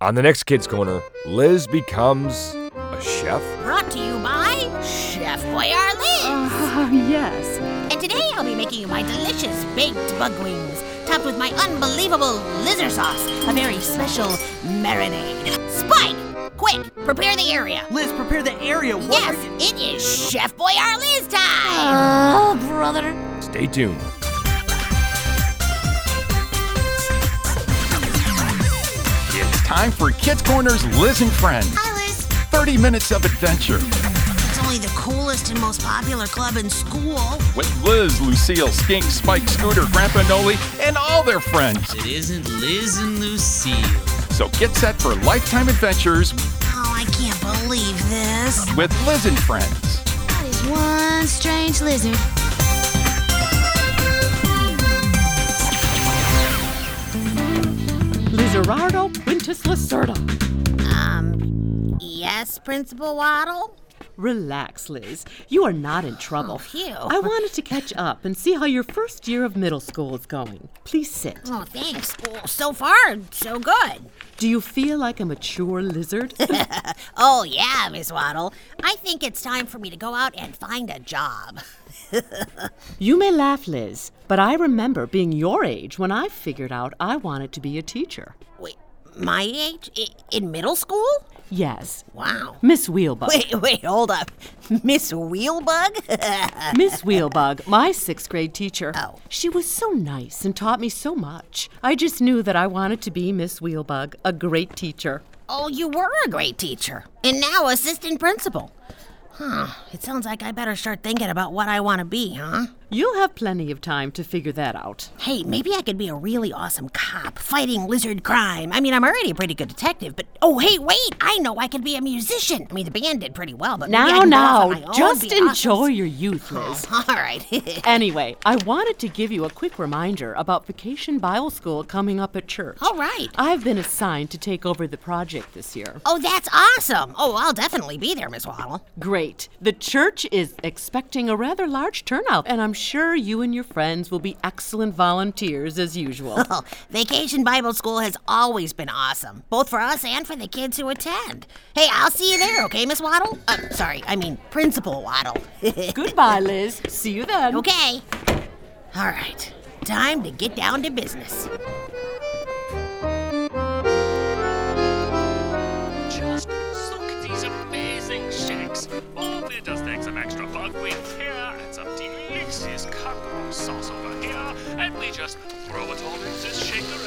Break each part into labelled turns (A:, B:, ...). A: On the next Kids Corner, Liz becomes a chef.
B: Brought to you by Chef Boyardee.
C: Oh, yes.
B: And today I'll be making you my delicious baked bug wings, topped with my unbelievable lizard sauce, a very special marinade. Spike, quick, prepare the area.
D: Liz, prepare the area. What
B: Yes,
D: are you-
B: it is Chef Boyardee's time.
C: Oh, brother.
A: Stay tuned.
E: It's time for Kids Corner's Liz and Friends.
B: Hi, Liz.
E: 30 minutes of adventure
B: It's only the coolest and most popular club in school.
E: with Liz, Lucille, Skink, Spike, Scooter, Grandpa Noli, and all their friends.
F: It isn't Liz and Lucille.
E: So get set for lifetime adventures
B: Oh, I can't believe this.
E: with Liz and Friends.
C: That is one strange lizard.
G: Lizarardo Quintus Lacerda.
B: Um, yes, Principal Waddle?
G: Relax, Liz. You are not in trouble.
B: Oh, phew.
G: I wanted to catch up and see how your first year of middle school is going. Please sit.
B: Oh, thanks. Well, so far, so good.
G: Do you feel like a mature lizard?
B: Oh, yeah, Miss Waddle. I think it's time for me to go out and find a job.
G: you may laugh, Liz, but I remember being your age when I figured out I wanted to be a teacher.
B: Wait, my age? I- in middle school?
G: Yes,
B: Wow.
G: Miss Wheelbug.
B: Wait, wait, hold up. Miss Wheelbug?
G: Miss Wheelbug, my sixth grade teacher.
B: Oh.
G: She was so nice and taught me so much. I just knew that I wanted to be Miss Wheelbug, a great teacher.
B: oh, you were a great teacher. And now assistant principal. Huh. It sounds like I better start thinking about what I want to be, huh?
G: You'll have plenty of time to figure that out.
B: Hey, maybe I could be a really awesome cop fighting lizard crime. I mean, I'm already a pretty good detective, but oh, hey, wait! I know I could be a musician. I mean, the band did pretty well, but maybe I
G: Now,
B: can go off on my
G: now,
B: own,
G: just
B: be Oh. awesome.
G: enjoy your youth, Liz.
B: All right.
G: Anyway, I wanted to give you a quick reminder about Vacation Bible School coming up at church.
B: All right.
G: I've been assigned to take over the project this year.
B: Oh, that's awesome. Oh, I'll definitely be there, Miss Waddle.
G: Great. The church is expecting a rather large turnout, and I'm sure you and your friends will be excellent volunteers as usual.
B: Oh, Vacation Bible School has always been awesome, both for us and for the kids who attend. Hey, I'll see you there, okay, Miss Waddle? Uh, sorry, I mean Principal Waddle.
G: Goodbye, Liz. See you then.
B: okay. All right. Time to get down to business.
H: Just soak these amazing shakes. Only just take some extra bug wings here and some delicious cockroach sauce over here, and we just throw it all in this shaker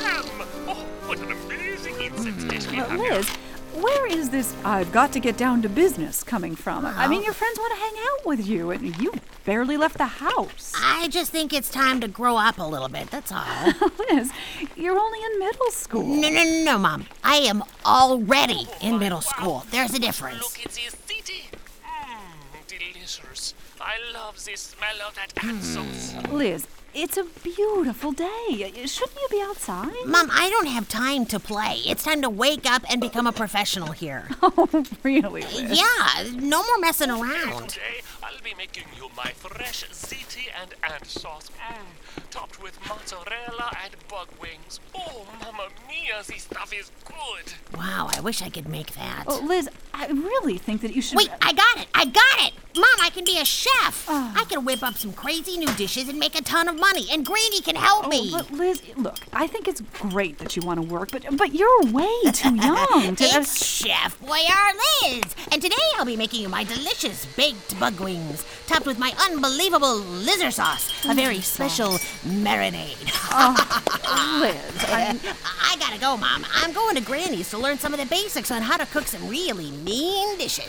H: and bam! Oh, what an amazing insect dish we
C: But
H: have
C: Liz,
H: here.
C: where is this I've got to get down to business coming from? I mean, your friends want to hang out with you, and you barely left the house.
B: I just think it's time to grow up a little bit, that's all.
C: Liz, you're only in middle school.
B: no, no, no, no, Mom. I am already in middle school. There's a difference.
H: Look at this city. Mmm, delicious. I love the smell of that ant sauce.
C: Liz, it's a beautiful day. Shouldn't you be outside?
B: Mom, I don't have time to play. It's time to wake up and become a professional here.
C: Oh. Really, Liz?
B: yeah, no more messing around.
H: Today, I'll be making you my fresh ziti and ant sauce, mm, topped with mozzarella and bug wings. Oh, mamma mia, this stuff is good.
B: Wow, I wish I could make that.
C: Oh, Liz, I really think that you should.
B: Wait, I got it. I got it. Mom, I can be a chef.
C: Oh.
B: I can whip up some crazy new dishes and make a ton of money, and Granny can help me.
C: Oh, But Liz, look, I think it's great that you want to work, but but you're way too young to.
B: It's Chef Boyardee, Liz, and today I'll be making you my delicious baked bug wings, topped with my unbelievable lizard sauce, a very special marinade.
C: Liz, I mean,
B: I gotta go, Mom. I'm going to Granny's to learn some of the basics on how to cook some really mean dishes.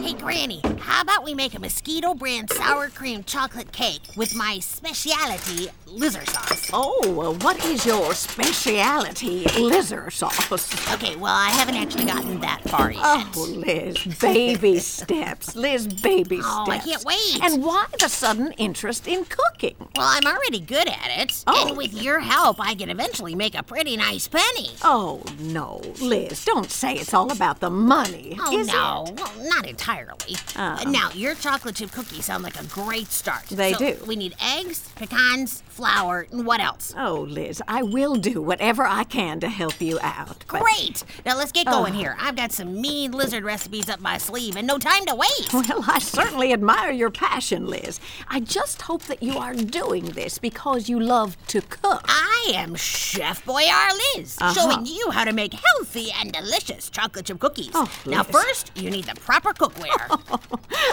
B: Hey, Granny, how about we make a mosquito brand sour cream chocolate cake with my specialty lizard sauce?
I: Oh, well, what is your speciality, lizard sauce?
B: Okay, well, I haven't actually gotten that far yet.
I: Oh, Liz, baby steps. Liz, baby steps.
B: Oh, I can't wait.
I: And why the sudden interest in cooking?
B: Well, I'm already good at it.
I: Oh.
B: And with your help, I can eventually make a pretty nice penny.
I: Oh, no, Liz, don't say it's all about the money,
B: Oh,
I: is
B: no.
I: it?
B: Well, not entirely. Zoe. Uh, now, your chocolate chip cookies sound like a great start.
I: They
B: So
I: do.
B: We need eggs, pecans, flour, and what else?
I: Oh, Liz, I will do whatever I can to help you out. but- Oh.
B: Great! Now let's get going here. I've got some mean lizard recipes up my sleeve and no time to waste.
I: Well, I certainly admire your passion, Liz. I just hope that you are doing this because you love to cook.
B: I am Chef Boyar Liz,
I: Uh-huh.
B: showing you how to make healthy and delicious chocolate chip cookies.
I: Oh,
B: now,
I: Liz.
B: first, you need the proper cookware.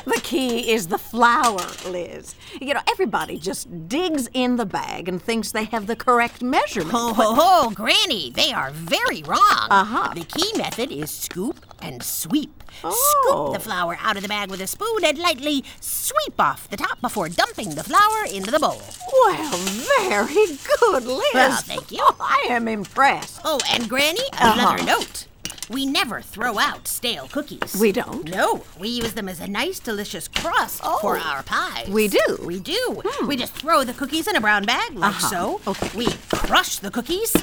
I: The key is the flour, Liz. You know, everybody just digs in the bag and thinks they have the correct measurement.
B: ho, ho, ho, Granny, they are very wrong. Uh-huh. The key method is scoop and sweep.
I: Oh.
B: Scoop the flour out of the bag with a spoon and lightly sweep off the top before dumping the flour into the bowl.
I: Well, very good, Liz. Oh,
B: Well, thank you.
I: I am impressed.
B: Oh, and Granny,
I: Uh-huh.
B: another note. We never throw out stale cookies.
I: We don't? Oh.
B: No, we use them as a nice, delicious crust for our pies.
I: We do? Hmm. Uh-huh.
B: We do. We just throw the cookies in a brown bag, like so.
I: Okay.
B: We crush the cookies,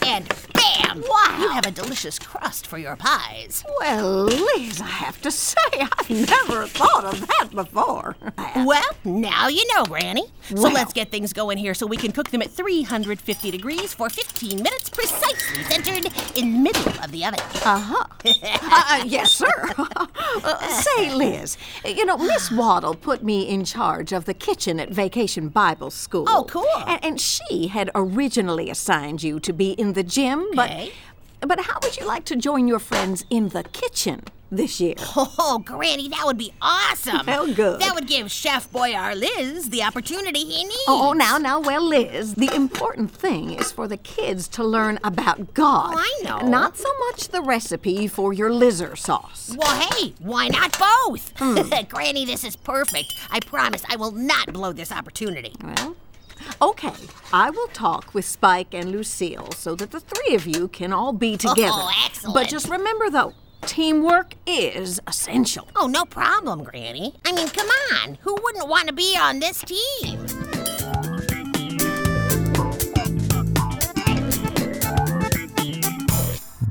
B: and bam!
I: Wow.
B: You have a delicious crust for your pies.
I: Well, Liz, I have to say, I've never thought of that before.
B: Well, now you know, Granny. So
I: Well.
B: let's get things going here so we can cook them at 350 degrees for 15 minutes precisely, centered in middle of the oven.
I: Uh, yes, sir. Uh, say, Liz, you know, Miss Waddle put me in charge of the kitchen at Vacation Bible School.
B: Oh, cool.
I: And, and she had originally assigned you to be in the gym,
B: Okay.
I: but but how would you like to join your friends in the kitchen this year?
B: Oh, Granny, that would be awesome.
I: Well, good.
B: That would give Chef Boyar Liz the opportunity he needs.
I: Oh, oh, now, now, well, Liz, the important thing is for the kids to learn about God.
B: Oh, I know.
I: Not so much the recipe for your lizard sauce.
B: Well, hey, why not both?
I: Hmm.
B: Granny, this is perfect. I promise I will not blow this opportunity.
I: Well, okay, I will talk with Spike and Lucille so that the three of you can all
J: Oh,
I: be together.
B: excellent.
I: But just remember, though, teamwork is essential.
B: Oh, no problem, Granny. I mean, come on. Who wouldn't want to be on this team?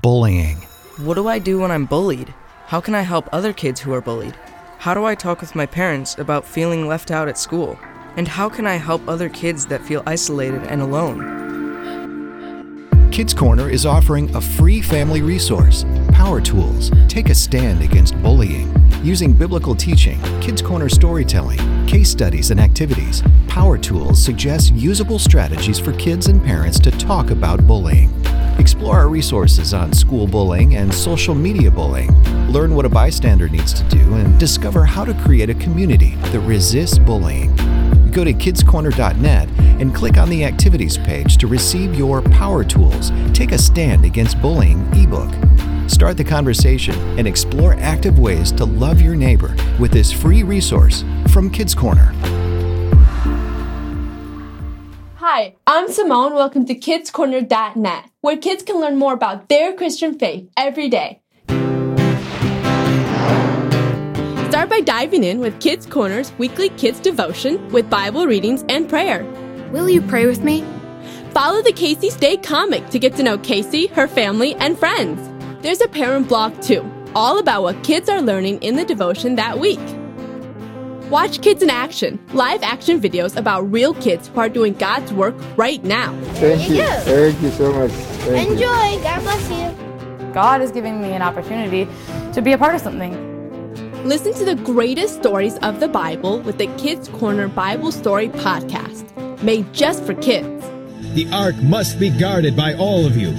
D: Bullying.
K: What do I do when I'm bullied? How can I help other kids who are bullied? How do I talk with my parents about feeling left out at school? And how can I help other kids that feel isolated and alone?
D: Kids Corner is offering a free family resource Power Tools. Take a stand against bullying. Using biblical teaching, Kids Corner storytelling, case studies, and activities, Power Tools suggests usable strategies for kids and parents to talk about bullying. Explore our resources on school bullying and social media bullying. Learn what a bystander needs to do and discover how to create a community that resists bullying. Go to kidscorner.net and click on the activities page to receive your Power Tools Take a Stand Against Bullying ebook. Start the conversation and explore active ways to love your neighbor with this free resource from Kids Corner.
L: Hi, I'm Simone. Welcome to KidsCorner.net, where kids can learn more about their Christian faith every day. Start by diving in with Kids Corner's weekly kids devotion with Bible readings and prayer. Will you pray with me? Follow the Casey Stay comic to get to know Casey, her family, and friends. There's a parent blog too, all about what kids are learning in the devotion that week. Watch Kids in Action, live action videos about real kids who are doing God's work right now.
K: Thank you. Thank you so much.
L: God is giving me an opportunity to be a part of something. Listen to the greatest stories of the Bible with the Kids Corner Bible Story podcast, made just for kids.
D: The Ark must be guarded by all of you.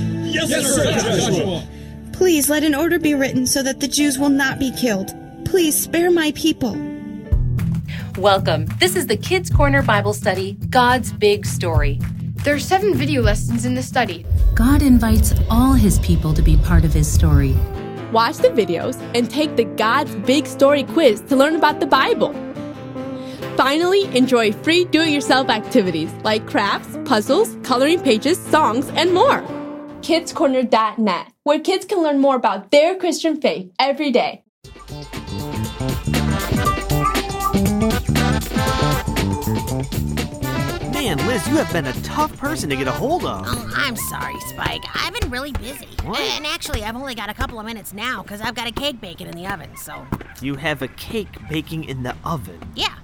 K: Please let an order be written so that the Jews will not be killed. Please spare my people.
L: Welcome. This is the Kids Corner Bible Study, God's Big Story. There are seven video lessons in the study.
K: God invites all his people to be part of his story.
L: Watch the videos and take the God's Big Story quiz to learn about the Bible. Finally, enjoy free do it yourself activities like crafts, puzzles, coloring pages, songs, and more. KidsCorner.net, where kids can learn more about their Christian faith every day.
F: Man,
M: Liz, you have been a tough person to get a hold of.
B: Oh, I'm sorry, Spike. I've been really busy. And actually, I've only got a couple of minutes now because I've got a cake baking in the oven, so.
M: You have a cake baking in the oven.
B: Yeah.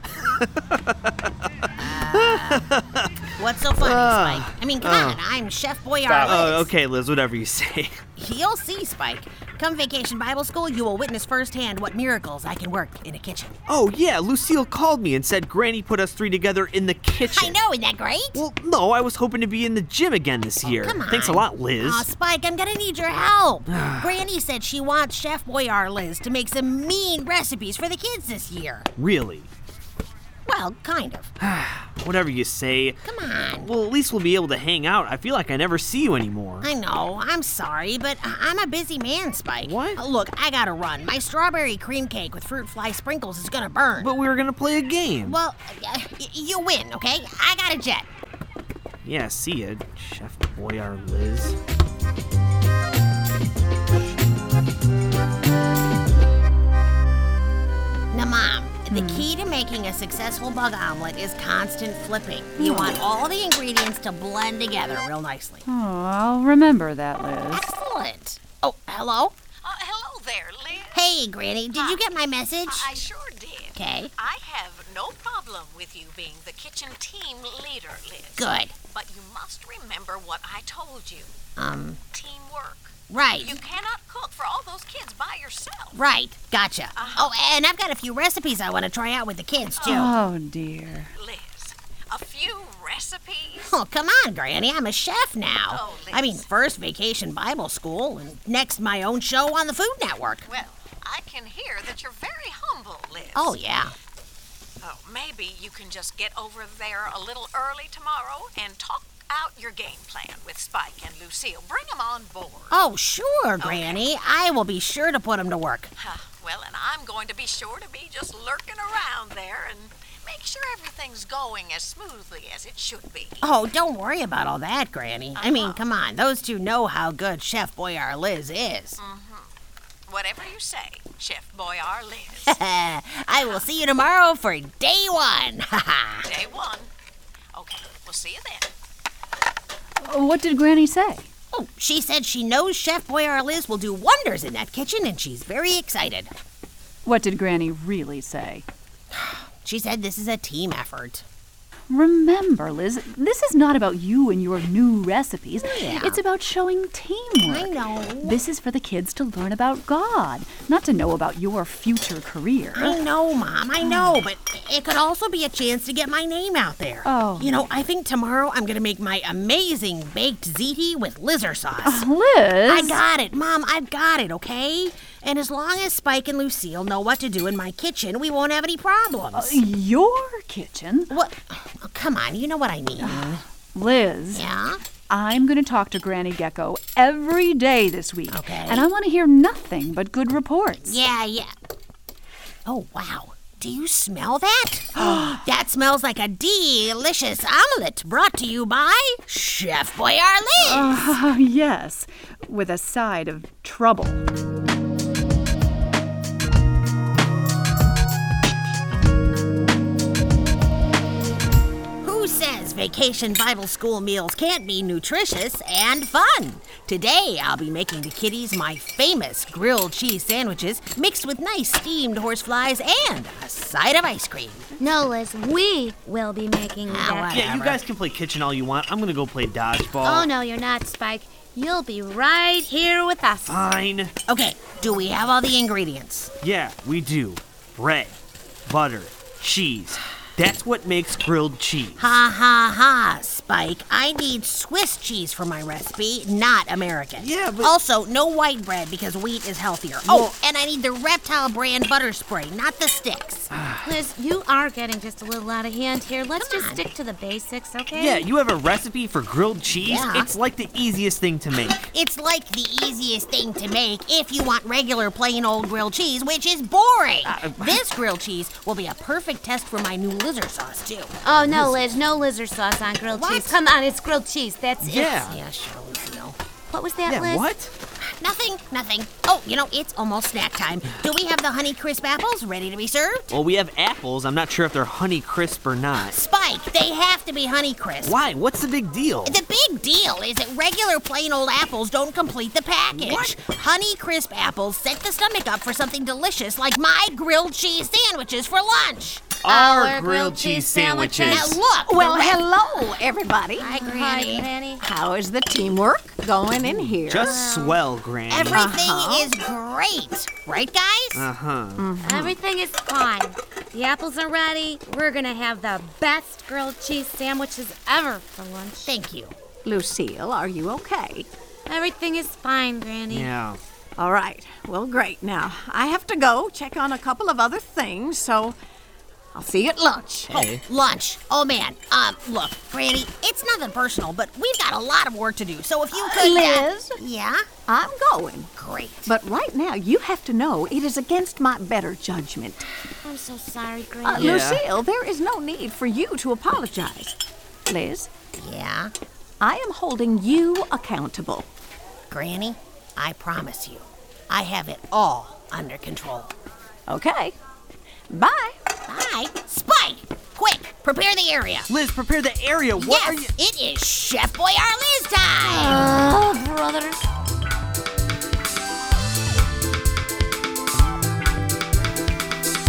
B: Uh, what's so funny,
M: Ah.
B: Spike? I mean, come
M: Oh.
B: on. I'm Chef Boyardee.
M: Oh, okay, Liz, whatever you say.
B: You'll see, Spike. Come Vacation Bible School, you will witness firsthand what miracles I can work in a kitchen.
M: Oh, yeah, Lucille called me and said Granny put us three together in the
B: I
M: kitchen.
B: know, isn't that great? Well,
M: No, I was hoping to be in the gym again this year.
B: Oh, come on.
M: Thanks a lot, Liz.
B: Aw, Spike, I'm gonna need your help. Granny said she wants Chef Boyar Liz to make some mean recipes for the kids this year.
M: really?
B: Well, kind of.
M: Whatever you say.
B: Come on.
M: Well, at least we'll be able to hang out. I feel like I never see you anymore.
B: I know, I'm sorry, but I- I'm a busy man, Spike. What? Look, I gotta run. My strawberry cream cake with fruit fly sprinkles is gonna burn.
M: But we were gonna play a game.
B: Well, uh, y- you win, okay? I got a jet.
M: Yeah, see ya, Chef Boyar Liz.
B: Now, Mom, the key to making a successful bug omelet is constant flipping. You
C: Hmm.
B: want all the ingredients to blend together real nicely.
C: Oh, I'll remember that, Liz.
B: Excellent. Oh, hello? Uh, hello there, Liz. Hey, Granny, did you get my message?
J: Uh, I sure did.
B: Okay.
J: I have no problem with you being the kitchen team leader, Liz.
B: Good.
J: But you must remember what I told you.
B: Um,
J: Teamwork.
B: Right.
J: You cannot cook for all those kids by yourself.
B: right, gotcha.
J: Uh-huh.
B: Oh, and I've got a few recipes I want to try out with the kids, too.
C: Oh, dear.
J: Liz, a few recipes.
B: Oh, come on, Granny. I'm a chef now.
J: Oh,
B: I mean, first vacation Bible school, and next my own show on the Food Network.
J: Well, I can hear that you're very humble, Liz.
B: Oh, yeah.
J: Oh, maybe you can just get over there a little early tomorrow and talk out your game plan with Spike and Lucille. Bring them on board.
B: Oh, sure, Granny. I will be sure to put them to work.
J: Huh, Well, and I'm going to be sure to be just lurking around there and make sure everything's going as smoothly as it should be.
B: Oh, don't worry about all that, Granny. I
J: Uh-huh.
B: mean, come on. Those two know how good Chef Boyar Liz is.
J: Mm-hmm. Whatever you say, Chef Boyar Liz.
B: I will see you tomorrow for day one.
J: Day one. Okay, we'll see you then.
C: What did Granny say?
B: Oh, she said she knows Chef Boyar Liz will do wonders in that kitchen, and she's very excited.
C: What did Granny really say?
B: She said this is a team effort.
C: Remember, Liz, this is not about you and your new recipes.
B: Yeah.
C: It's about showing teamwork.
B: I know.
C: This is for the kids to learn about God, not to know about your future career.
B: I know, Mom, I know, but it could also be a chance to get my name out there.
C: Oh.
B: You know, I think tomorrow I'm gonna make my amazing baked ziti with lizard sauce.
C: Liz?
B: I got it, Mom, I've got it, okay? And as long as Spike and Lucille know what to do in my kitchen, we won't have any problems.
C: Uh, your kitchen?
B: What? Oh, come on, you know what I mean.
C: Liz.
B: Yeah?
C: I'm going to talk to Granny Gecko every day this week. Okay. And I want to hear nothing but good reports.
B: Yeah, yeah. Oh, wow. Do you smell that? that smells like a delicious omelet brought to you by Chef Boyardee.
C: Ah, yes, with a side of trouble.
B: Who says vacation Bible school meals can't be nutritious and fun? Today, I'll be making the kiddies my famous grilled cheese sandwiches mixed with nice steamed horse flies and a side of ice cream.
N: No, Liz, we will be making that.
M: Yeah, you guys can play kitchen all you want. I'm gonna go play dodgeball.
N: Oh, no, you're not, Spike. You'll be right here with us.
M: Fine.
B: Okay, do we have all the ingredients?
M: Yeah, we do. Bread, butter, cheese. That's what makes grilled cheese.
B: Ha ha ha, Spike. I need Swiss cheese for my recipe, not American. Yeah, but. Also, no white bread because wheat is healthier. Oh, and I need the reptile brand butter spray, not the sticks.
N: Liz, you are getting just a little out of hand here. Let's just stick to the basics, okay?
M: Yeah, you have a recipe for grilled cheese?
B: Yeah.
M: It's like the easiest thing to make.
B: It's like the easiest thing to make if you want regular plain old grilled cheese, which is boring. this grilled cheese will be a perfect test for my new lizard sauce, too.
N: Oh, no, Liz, no lizard sauce on grilled cheese. Come on, it's grilled cheese. That's it.
B: Yeah. Yeah, sure, Lucille.
N: What was that,
B: Yeah,
N: Liz?
B: what? Nothing, nothing. Oh, you know, it's almost snack time. Do we have the Honey Crisp apples ready to be served?
M: Well, we have apples. I'm not sure if they're Honey Crisp or not.
B: Spike, they have to be Honey Crisp.
M: Why? What's the big deal?
B: The big deal is that regular plain old apples don't complete the package.
M: What?
B: Honey Crisp apples set the stomach up for something delicious like my grilled cheese sandwiches for lunch.
O: Our grilled grilled cheese cheese sandwiches. sandwiches.
B: Now look.
I: Well,
B: the rest-
I: hello, everybody. Hi,
B: Granny. Granny.
I: How is the teamwork going in here?
M: Just swell, Granny.
B: Everything
I: Uh-huh.
B: is great, right, guys?
M: Uh huh.
N: Everything is fine. The apples are ready. We're gonna have the best grilled cheese sandwiches ever for lunch.
B: Thank you.
I: Lucille, are you okay?
N: Everything is fine, Granny.
M: Yeah.
I: All right. Well, great. Now, I have to go check on a couple of other things, so I'll see you at lunch.
B: Hey. lunch. Oh man. Um, look, Granny, it's nothing personal, but we've got a lot of work to do. So if you
I: Uh,
B: could, uh,
I: Liz?
B: yeah.
I: I'm going. Great. But right now, you have to know it is against my better judgment.
N: I'm so sorry, Granny.
I: Uh, Lucille, there is no need for you to apologize. Liz?
B: Yeah?
I: I am holding you accountable.
B: Granny, I promise you, I have it all under control.
I: Okay. Bye.
B: Bye. Spike, quick, prepare the area.
M: Liz, prepare the area. What
B: yes,
M: are you?
B: it is Chef Boyardee Liz time.
I: Oh, brothers.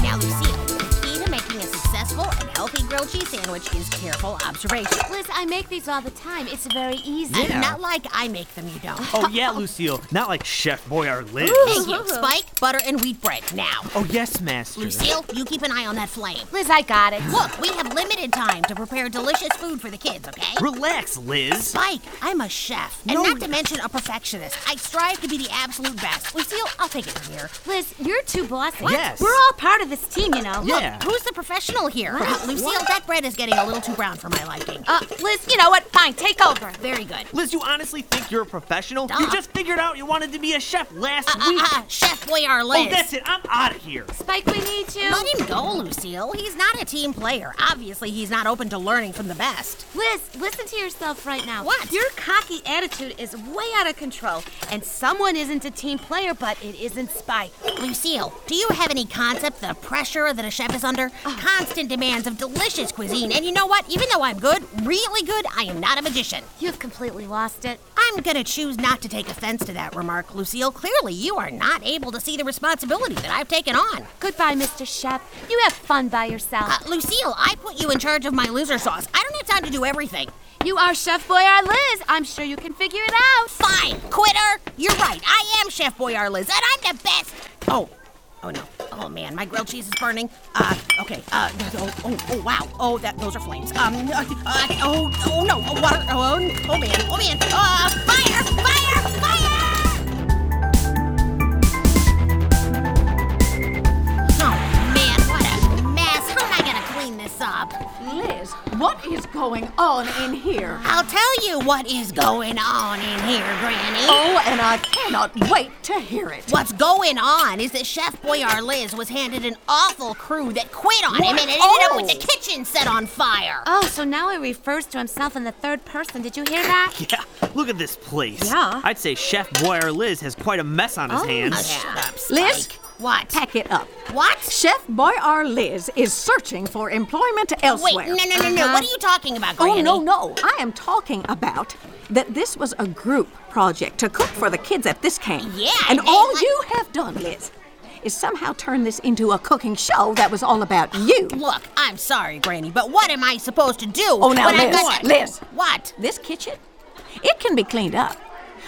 B: Now, Lucille, the key to making a successful and healthy grilled cheese sandwich is careful observation.
N: Liz, I make these all the time. It's very easy.
B: And Not like I make them, you don't.
M: Oh yeah, Lucille. Not like Chef Boyardee. Liz.
B: Thank you. Spike, butter, and wheat bread now.
M: Oh yes, Master.
B: Lucille, you keep an eye on that flame.
N: Liz, I got it.
B: Look, we have limited time to prepare delicious food for the kids, okay?
M: Relax, Liz.
B: Spike, I'm a chef, and not to mention a perfectionist. I strive to be the absolute best. Lucille, I'll take it from here.
N: Liz, you're too bossy.
B: What? Yes.
N: We're all part of this team, you know.
B: Look, who's the professional here?
N: What?
B: Lucille,
N: What?
B: that bread is getting a little too brown for my liking.
N: Uh, Liz, you know what? Fine, take over.
B: Very good.
M: Liz, you honestly think you're a professional? You just figured out you wanted to be a chef last week.
B: Ah, Chef Boyardee.
M: oh, that's it. I'm out of here.
N: Spike, we need you.
B: Let him go, Lucille. He's not a team player. Obviously, he's not open to learning from the best.
N: Liz, listen to yourself right now.
B: What?
N: Your cocky attitude is way out of control, and someone isn't a team player, but it isn't Spike.
B: Lucille, do you have any concept the pressure that a chef is under? Constant demands of delicious cuisine. And you know what? Even though I'm good, really good, I am not a magician.
N: You've completely lost it.
B: I'm gonna choose not to take offense to that remark, Lucille. Clearly, you are not able to see the responsibility that I've taken on.
N: Goodbye, Mr. Chef. You have fun by yourself.
B: Uh, Lucille, I put you in charge of my loser sauce. I don't have time to do everything.
N: you are Chef Boyard Liz. I'm sure you can figure it out.
B: Fine, quitter. You're right. I am Chef Boyard Liz, and I'm the best. Oh, oh no. Oh man, my grilled cheese is burning. Uh, okay. Uh, oh, oh, oh wow. Oh, that those are flames. Um, uh, uh, oh, oh no. Oh, water. Oh, oh man. Oh man. Uh, fire! Fire! Fire! Oh man, what a mess. How am I gonna clean this up?
I: Liz, what is going on in here?
B: I'll tell you what is going on in here, Granny.
I: Oh, and I cannot wait to hear it.
B: What's going on is that Chef Boyar Liz was handed an awful crew that quit on him and it ended up with the kitchen set on fire.
N: Oh, so now he refers to himself in the third person. Did you hear that?
M: Yeah, look at this place.
N: Yeah.
M: I'd say Chef Boyardee Liz has quite a mess on his hands.
I: Liz,
B: What?
I: pack it up.
B: What?
I: Chef Boy R. Liz is searching for employment elsewhere. Uh-huh.
B: Wait, no, no, no, no. What are you talking about,
N: Uh-huh.
B: Granny?
I: Oh, no, no. I am talking about that this was a group project to cook for the kids at this camp.
B: Yeah,
I: And
B: and they
I: all
B: like-
I: you have done, Liz, is somehow turn this into a cooking show that was all about you.
B: Look, I'm sorry, Granny, but what am I supposed to do?
I: Oh, now,
B: when I
I: Liz,
B: got-
I: Liz.
B: What?
I: This kitchen, it can be cleaned up.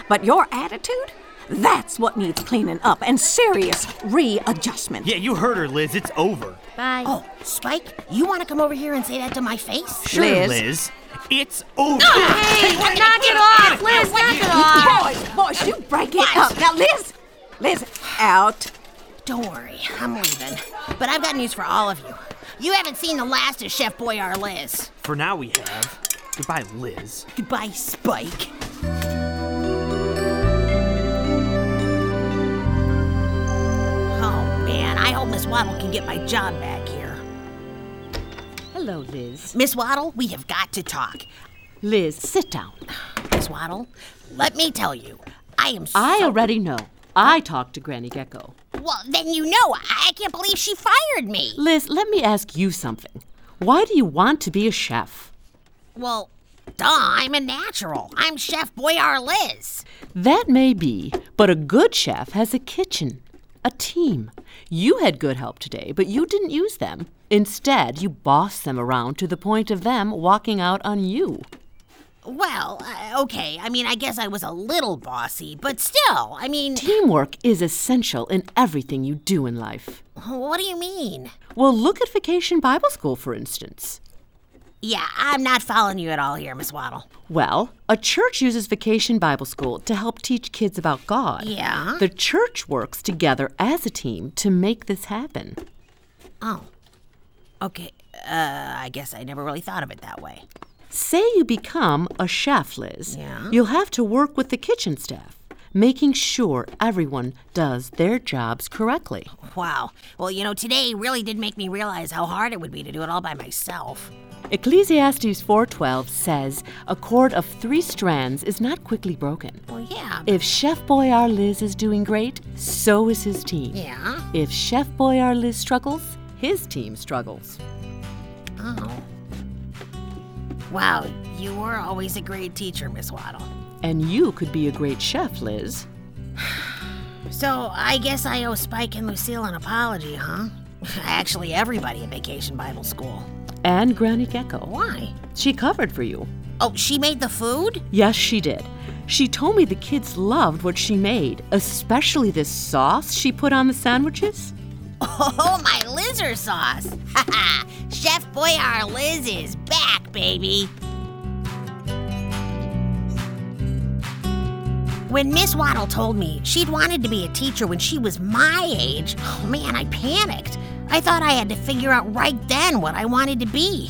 I: But your attitude, that's what needs cleaning up and serious readjustment.
M: Yeah, you heard her, Liz. It's over.
N: Bye.
B: Oh, Spike, you want to come over here and say that to my face?
M: Sure,
I: Liz.
M: Liz. It's over.
N: Hey, knock it off, Liz. Knock it off.
I: Boys, boys, you break it up. Now, Liz, Liz, out.
B: Don't worry, I'm leaving. But I've got news for all of you. You haven't seen the last of Chef Boyar Liz.
M: For now, we have. Goodbye, Liz.
B: Goodbye, Spike. Oh man, I hope Miss Waddle can get my job back here.
G: Hello, Liz.
B: Miss Waddle, we have got to talk.
G: Liz, sit down.
B: Miss Waddle, let me tell you, I am so.
G: I already know. I talked to Granny Gecko.
B: Well, then you know. I I can't believe she fired me.
G: Liz, let me ask you something. Why do you want to be a chef?
B: Well, duh, I'm a natural. I'm Chef Boyar Liz.
G: That may be, but a good chef has a kitchen, a team. You had good help today, but you didn't use them. Instead, you boss them around to the point of them walking out on you.
B: Well, uh, okay. I mean, I guess I was a little bossy, but still, I mean,
G: Teamwork is essential in everything you do in life.
B: what do you mean?
G: Well, look at Vacation Bible School, for instance.
B: Yeah, I'm not following you at all here, Miss Waddle.
G: Well, a church uses Vacation Bible School to help teach kids about God.
B: Yeah?
G: The church works together as a team to make this happen.
B: Oh. Okay. Uh, I guess I never really thought of it that way.
G: Say you become a chef, Liz.
B: Yeah?
G: You'll have to work with the kitchen staff, making sure everyone does their jobs correctly.
B: Wow. Well, you know, today really did make me realize how hard it would be to do it all by myself.
G: Ecclesiastes 4:12 says, "A cord of 3 strands is not quickly broken."
B: Well, yeah.
G: If Chef Boyar Liz is doing great, so is his team.
B: Yeah?
G: If Chef Boyar Liz struggles, his team struggles.
B: Oh. Wow, you were always a great teacher, Miss Waddle.
G: And you could be a great chef, Liz.
B: So I guess I owe Spike and Lucille an apology, huh? Actually, everybody in Vacation Bible School.
G: And Granny Gecko.
B: Why?
G: She covered for you.
B: Oh, she made the food?
G: Yes, she did. She told me the kids loved what she made, especially this sauce she put on the sandwiches.
B: Oh, my lizard sauce! Haha! Chef Boyar Liz is back, baby! When Miss Waddle told me she'd wanted to be a teacher when she was my age, oh man, I panicked. I thought I had to figure out right then what I wanted to be.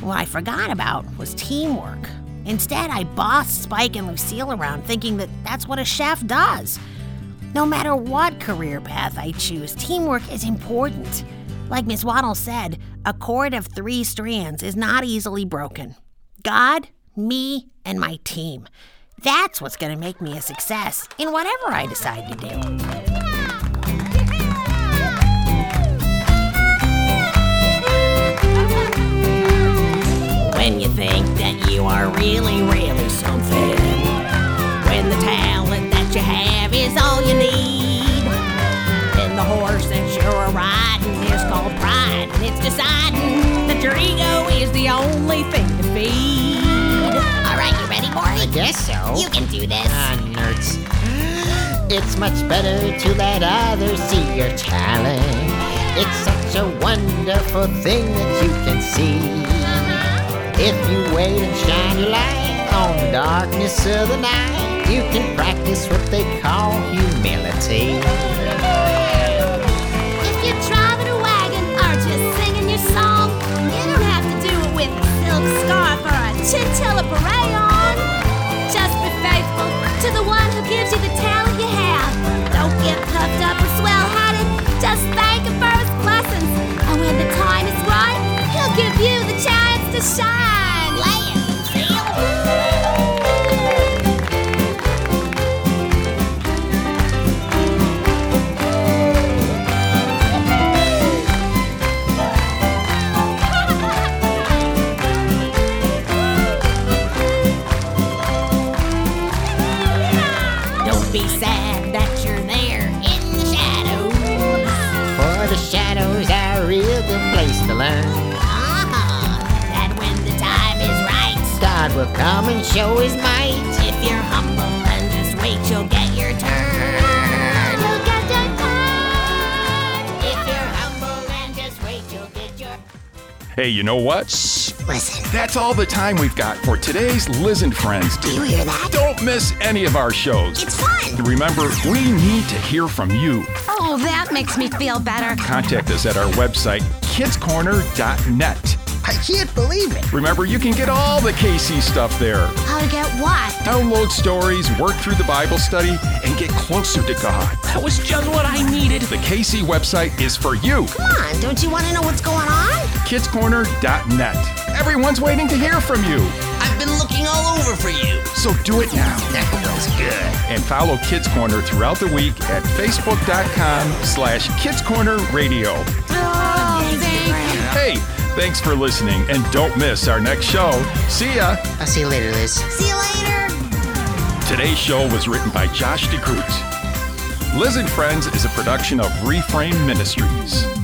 B: What I forgot about was teamwork. Instead, I bossed Spike and Lucille around thinking that that's what a chef does. No matter what career path I choose, teamwork is important. Like Miss Waddle said, a cord of three strands is not easily broken God, me, and my team. That's what's going to make me a success in whatever I decide to do. When you think that you are really, really something, when the talent that you have is all you need, and the horse that you're riding is called pride, and it's deciding that your ego is the only thing to feed. All right, you ready, Maury?
P: I guess so.
B: You can do this.
P: Ah, nerds. It's much better to let others see your talent. It's such a wonderful thing that you can see. If you wait and shine your light on the darkness of the night, you can practice what they call humility.
N: If you're driving a wagon or just singing your song, you don't have to do it with a silk scarf or a chinchilla beret on. Just be faithful to the one who gives you the talent you have. Don't get puffed up or swell headed. Just thank him for his blessings. And when the time is right, he'll give you the chance to shine. Lay it,
B: Don't be sad that you're there in the shadows.
P: For the shadows are a real good place to learn.
B: Ah, that when the time is right,
P: God will come and show his might.
B: if you're humble and just wait, you'll get your turn.
N: You'll get your
B: If you're humble and just wait, you'll get your.
E: Hey, you know what?
B: Listen.
E: That's all the time we've got for today's Liz and Friends. Do you hear that? Don't miss any of our shows.
O: It's fun.
E: Remember, we need to hear from you.
O: Oh, that makes me feel better.
E: Contact us at our website, kidscorner.net.
O: I can't believe it.
E: Remember, you can get all the KC stuff there.
N: How to get what?
E: Download stories, work through the Bible study, and get closer to God.
M: That was just what I needed.
E: The KC website is for you,
B: Come on, don't you want to know what's going on?
E: kidscorner.net. Everyone's waiting to hear from you.
Q: I've been looking all over for you.
E: So do it now. That feels good. And follow Kids Corner throughout the week at facebook.com slash Kids Corner Radio. Hey, thanks for listening and don't miss our next show. See ya.
Q: I'll see you later, Liz.
N: See you later.
E: Today's show was written by Josh DeCruz. Liz and Friends is a production of Reframe Ministries.